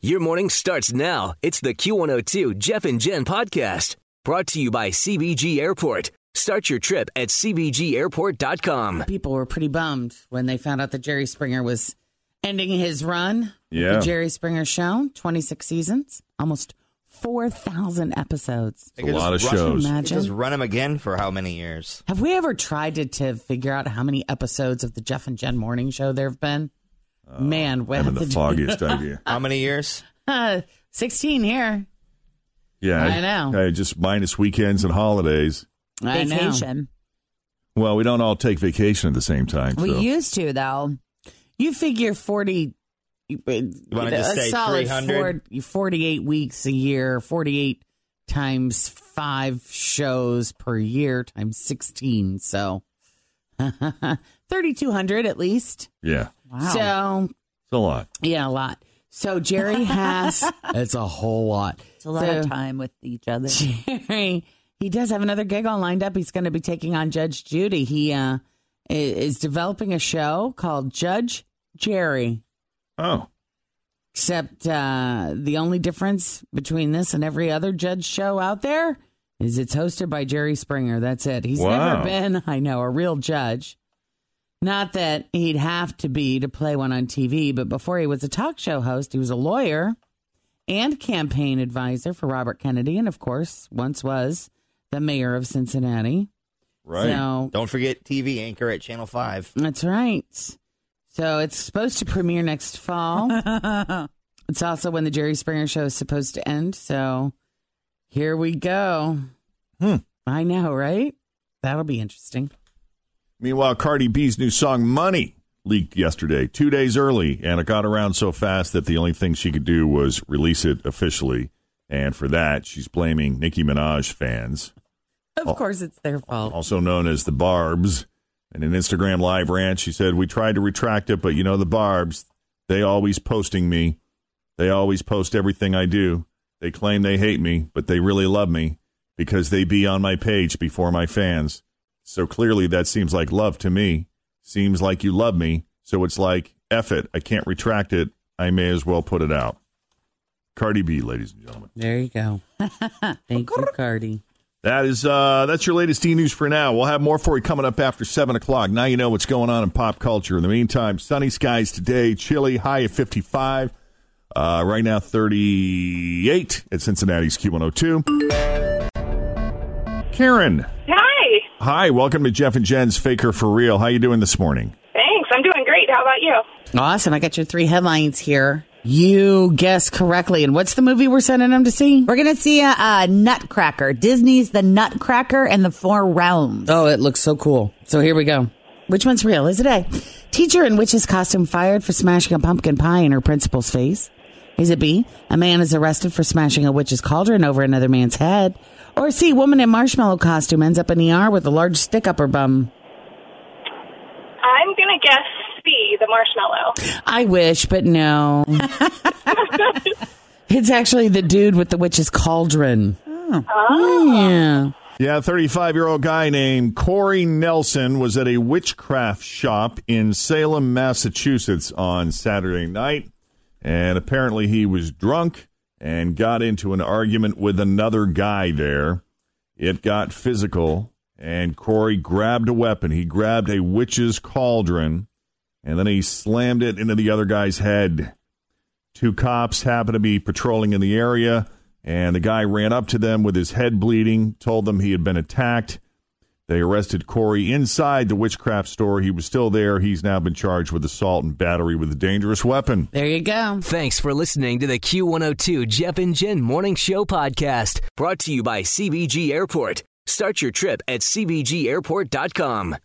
Your morning starts now. It's the Q102 Jeff and Jen podcast brought to you by CBG Airport. Start your trip at CBGAirport.com. people were pretty bummed when they found out that Jerry Springer was ending his run. Yeah. The Jerry Springer show, 26 seasons, almost 4,000 episodes. a lot of shows. Imagine. Just run them again for how many years? Have we ever tried to, to figure out how many episodes of the Jeff and Jen morning show there have been? Man, what Uh, Having the foggiest idea. How many years? Uh, 16 here. Yeah, I know. I- I just minus weekends and holidays. I know. vacation. Well, we don't all take vacation at the same time. We so. used to though. You figure 40. You uh, wanna just say 300? 48 weeks a year, 48 times five shows per year times 16. So 3,200 at least. yeah, So, it's a lot. yeah, a lot. So Jerry has. it's a whole lot. It's a lot of So- time with each other. Jerry, he does have another gig all lined up. He's going to be taking on Judge Judy. He uh, i- is developing a show called Judge Jerry. Oh, Except uh, the only difference between this and every other judge show out there is it's hosted by Jerry Springer. That's it. He's Wow. never been, I know, a real judge. Not that he'd have to be to play one on TV, but before he was a talk show host, he was a lawyer and campaign advisor for Robert Kennedy, and of course, once was the mayor of Cincinnati. right. So Don't forget TV anchor at Channel 5. that's right. So it's supposed to premiere next fall. it's also when the Jerry Springer show is supposed to end. So here we go. Hmm. I know, right? That'll be interesting. Meanwhile, Cardi B's new song "Money" leaked yesterday, two days early, and it got around so fast that the only thing she could do was release it officially. And for that, she's blaming Nicki Minaj fans. Of course, it's their fault. also known as the Barbs. In an Instagram live rant, she said, We tried to retract it, but you know, the Barbs, they always posting me. They always post everything I do. They claim they hate me, but they really love me because they be on my page before my fans. So clearly that seems like love to me. Seems like you love me. So it's like, F it. I can't retract it. I may as well put it out. Cardi B, ladies and gentlemen. There you go. Thank you, Cardi. That is uh, that's your latest e news for now. We'll have more for you coming up after seven o'clock. Now you know what's going on in pop culture. In the meantime, sunny skies today, chilly, high at fifty five. Uh, right now, thirty eight at Cincinnati's Q one hundred two. Karen, Hi. hi, welcome to Jeff and Jen's Faker for Real. How you doing this morning? Thanks. I'm doing great. How about you? Awesome. I got your three headlines here. You guessed correctly. And what's the movie we're sending them to see? We're gonna see a, a Nutcracker. Disney's The Nutcracker and the Four Realms. Oh, it looks so cool. So here we go. Which one's real? Is it A? Teacher in witch's costume fired for smashing a pumpkin pie in her principal's face? Is it B? A man is arrested for smashing a witch's cauldron over another man's head? Or C? Woman in marshmallow costume ends up in ER with a large stick up her bum? I'm going to guess C, the marshmallow. I wish, but no. it's actually the dude with the witch's cauldron. Oh. Yeah. Yeah, 35 year old guy named Corey Nelson was at a witchcraft shop in Salem, Massachusetts on Saturday night. And apparently he was drunk and got into an argument with another guy there. It got physical, and Corey grabbed a weapon. He grabbed a witch's cauldron, and then he slammed it into the other guy's head. Two cops happened to be patrolling in the area, and the guy ran up to them with his head bleeding, told them he had been attacked. They arrested Corey inside the witchcraft store. He was still there. He's now been charged with assault and battery with a dangerous weapon. There you go. Thanks for listening to the Q102 Jeff and Jen Morning Show podcast brought to you by CBG Airport. Start your trip at CBGAirport.com.